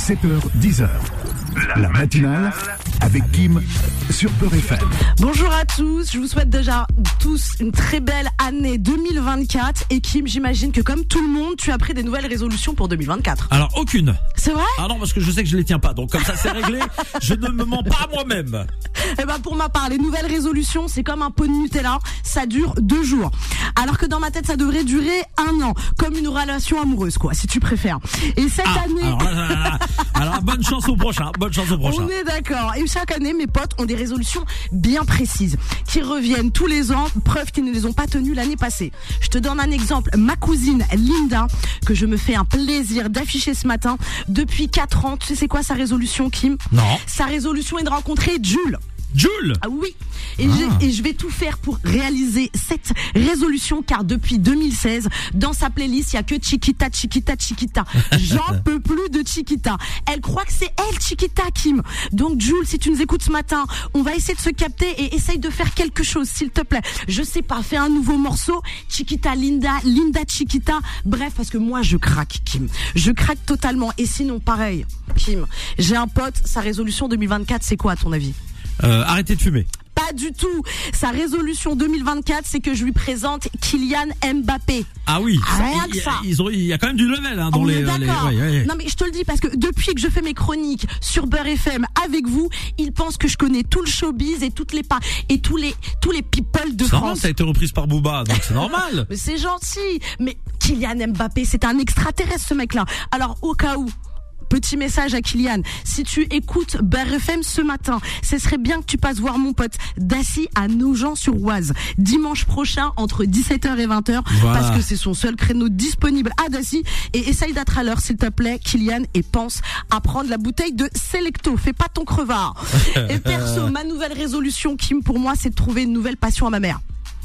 7h, 10h. La matinale avec Kim sur Peur FM. Bonjour à tous, je vous souhaite déjà tous une très belle année 2024. Et Kim, j'imagine que comme tout le monde, tu as pris des nouvelles résolutions pour 2024. Alors aucune. C'est vrai Ah non parce que je sais que je les tiens pas. Donc comme ça c'est réglé. je ne me mens pas à moi-même. Eh ben pour ma part, les nouvelles résolutions, c'est comme un pot de Nutella, ça dure deux jours. Alors que dans ma tête, ça devrait durer un an, comme une relation amoureuse, quoi, si tu préfères. Et cette Ah, année... alors, là, là, là, là. Alors, bonne chance au prochain. Bonne chance au prochain. On est d'accord. Et chaque année, mes potes ont des résolutions bien précises qui reviennent tous les ans, preuve qu'ils ne les ont pas tenues l'année passée. Je te donne un exemple. Ma cousine Linda, que je me fais un plaisir d'afficher ce matin, depuis 4 ans, tu sais c'est quoi sa résolution, Kim Non. Sa résolution est de rencontrer Jules. Jules. Ah oui. Et, j'ai- et je vais tout faire pour réaliser cette résolution car depuis 2016, dans sa playlist, il y a que Chiquita, Chiquita, Chiquita. J'en peux plus de Chiquita. Elle croit que c'est elle Chiquita Kim. Donc Jules, si tu nous écoutes ce matin, on va essayer de se capter et essaye de faire quelque chose, s'il te plaît. Je sais pas, fais un nouveau morceau. Chiquita, Linda, Linda, Chiquita. Bref, parce que moi je craque Kim. Je craque totalement. Et sinon, pareil, Kim. J'ai un pote, sa résolution 2024, c'est quoi à ton avis Euh, arrêtez de fumer. pas du tout. Sa résolution 2024, c'est que je lui présente Kylian Mbappé. Ah oui. Rien Il- que ça. Ils, ont, il y a quand même du level hein, dans On les. est dans les- d'accord. ouais, ouais. Non mais je te le dis parce que depuis que je fais mes chroniques sur Beurre FM avec vous, ils pensent que je connais tout le showbiz et toutes les pas et tous les tous les people de C'est normal, France. ça a été reprise par Booba, donc c'est normal. Mais c'est gentil. Mais Kylian Mbappé, c'est un extraterrestre ce mec-là. Alors au cas où. Petit message à Kylian. Si tu écoutes BRFM ce matin, ce serait bien que tu passes voir mon pote Dassi à Nogent-sur-Oise dimanche prochain entre 17h et 20h Voilà. parce que c'est son seul créneau disponible à Dassi et essaye d'être à l'heure s'il te plaît Kylian et pense à prendre la bouteille de Selecto. Fais pas ton crevard. et perso, ma nouvelle résolution Kim pour moi c'est de trouver une nouvelle passion à ma mère.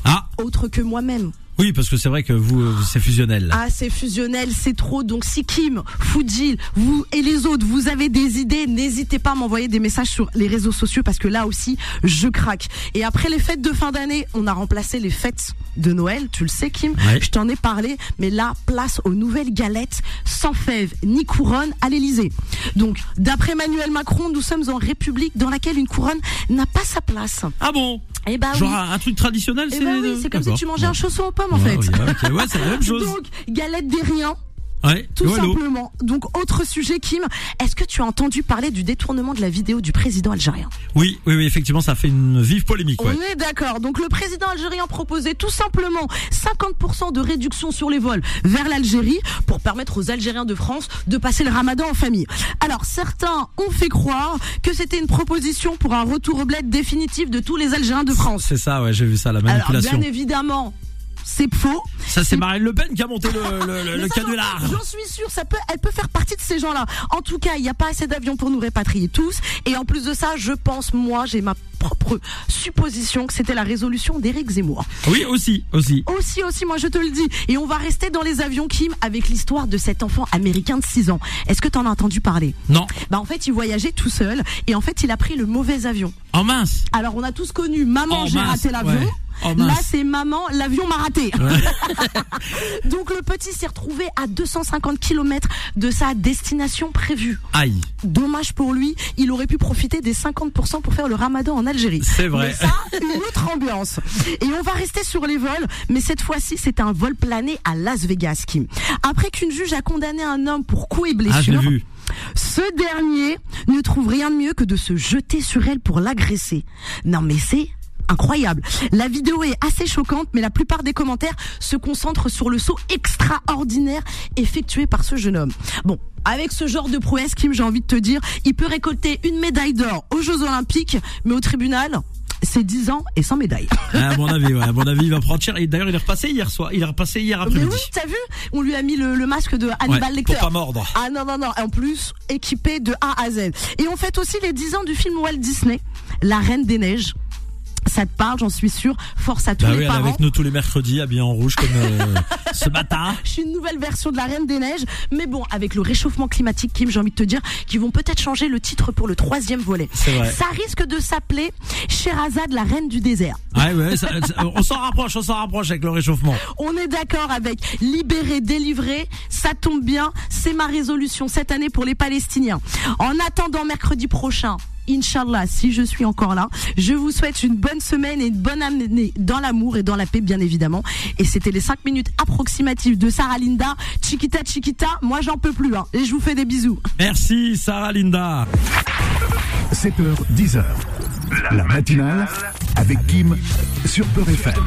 Ah Autre que moi-même. oui, parce que c'est vrai que vous, euh, c'est fusionnel. Ah, c'est fusionnel, c'est trop. Donc, si Kim, Fujil, vous et les autres, vous avez des idées, n'hésitez pas à m'envoyer des messages sur les réseaux sociaux parce que là aussi, je craque. Et après les fêtes de fin d'année, on a remplacé les fêtes de Noël, tu le sais, Kim. Ouais. Je t'en ai parlé, mais là, place aux nouvelles galettes sans fèves ni couronne à l'Elysée. Donc, d'après Emmanuel Macron, nous sommes en République dans laquelle une couronne n'a pas sa place. Ah bon Eh ben Genre oui. un, un truc traditionnel, Eh c'est. ben oui, c'est comme si D'accord. Ah tu mangeais un chausson aux pommes, en fait. Ouais, ouais, ok, ouais, c'est la même chose. Donc, galette des riens, ouais. tout Voilà. simplement. Donc, autre sujet, Kim. Est-ce que tu as entendu parler du détournement de la vidéo du président algérien Oui, oui, oui, effectivement, ça fait une vive polémique. Ouais. On est d'accord. Donc, le président algérien proposait tout simplement 50% de réduction sur les vols vers l'Algérie pour permettre aux Algériens de France de passer le ramadan en famille. Alors, certains ont fait croire que c'était une proposition pour un retour au bled définitif de tous les Algériens de France. C'est ça, ouais, j'ai vu ça, la Alors, manipulation. bien évidemment, c'est faux. ça, c'est Marine Le Pen qui a monté le, le, le- Mais Euh, le ça, canular. j'en- J'en suis sûre, ça peut, elle peut faire partie de ces gens-là. En tout cas, il n'y a pas assez d'avions pour nous répatrier tous. Et en plus de ça, je pense, moi, j'ai ma propre supposition que c'était la résolution d'Éric Zemmour. Oui, aussi, aussi. Aussi, aussi, moi, je te le dis. Et on va rester dans les avions, Kim, avec l'histoire de cet enfant américain de 6 ans. Est-ce que t'en as entendu parler Non. Bah, en fait, il voyageait tout seul. Et en fait, il a pris le mauvais avion. En Oh, mince. Alors, on a tous connu Maman, Oh, j'ai mince, raté l'avion. ouais. Oh, mince. Là, c'est Maman, l'avion m'a raté. Donc, le petit s'est retrouvé à 250 km de sa destination prévue. Aïe. Dommage pour lui, il aurait pu profiter des 50% pour faire le ramadan en Algérie. C'est vrai. Mais ça, une autre ambiance. Et on va rester sur les vols, mais cette fois-ci, c'est un vol plané à Las Vegas, Kim. Après qu'une juge a condamné un homme pour coups et Ah, je l'ai blessures, vu. ce dernier ne trouve rien de mieux que de se jeter sur elle pour l'agresser. Non mais c'est incroyable. La vidéo est assez choquante, mais la plupart des commentaires se concentrent sur le saut extraordinaire effectué par ce jeune homme. Bon. Avec ce genre de prouesse, Kim, j'ai envie de te dire, il peut récolter une médaille d'or aux Jeux Olympiques, mais au tribunal, c'est 10 ans et sans médaille. Ah, à mon avis, ouais, à mon avis, il va prendre cher. Et d'ailleurs, il est repassé hier soir. Il est repassé hier Mais après-midi. oui, t'as vu On lui a mis le, le masque de Ouais, Hannibal Lecter. pour pas mordre. Ah non, non, non. En plus, équipé de A à Z. Et on fête aussi les 10 ans du film Walt Disney, La Reine des Neiges. ça te parle, j'en suis sûre. Force à tous Bah les oui, elle est parents. avec nous tous les mercredis, habillée en rouge comme euh, ce matin. Je suis une nouvelle version de la Reine des Neiges. Mais bon, avec le réchauffement climatique, Kim, j'ai envie de te dire qu'ils vont peut-être changer le titre pour le troisième volet. C'est vrai. Ça risque de s'appeler Sherazade, la Reine du désert. Ouais, ouais, ça- ça- on s'en rapproche, on s'en rapproche avec le réchauffement. On est d'accord avec libérer, délivrer, ça tombe bien, c'est ma résolution cette année pour les Palestiniens. En attendant mercredi prochain, Inch'Allah, si je suis encore là, je vous souhaite une bonne semaine et une bonne année dans l'amour et dans la paix, bien évidemment. Et c'était les 5 minutes approximatives de Sarah Linda. Chiquita, chiquita, moi j'en peux plus, hein. Et je vous fais des bisous. Merci Sarah Linda. 7h, 10h. La matinale avec Kim sur Peur FM.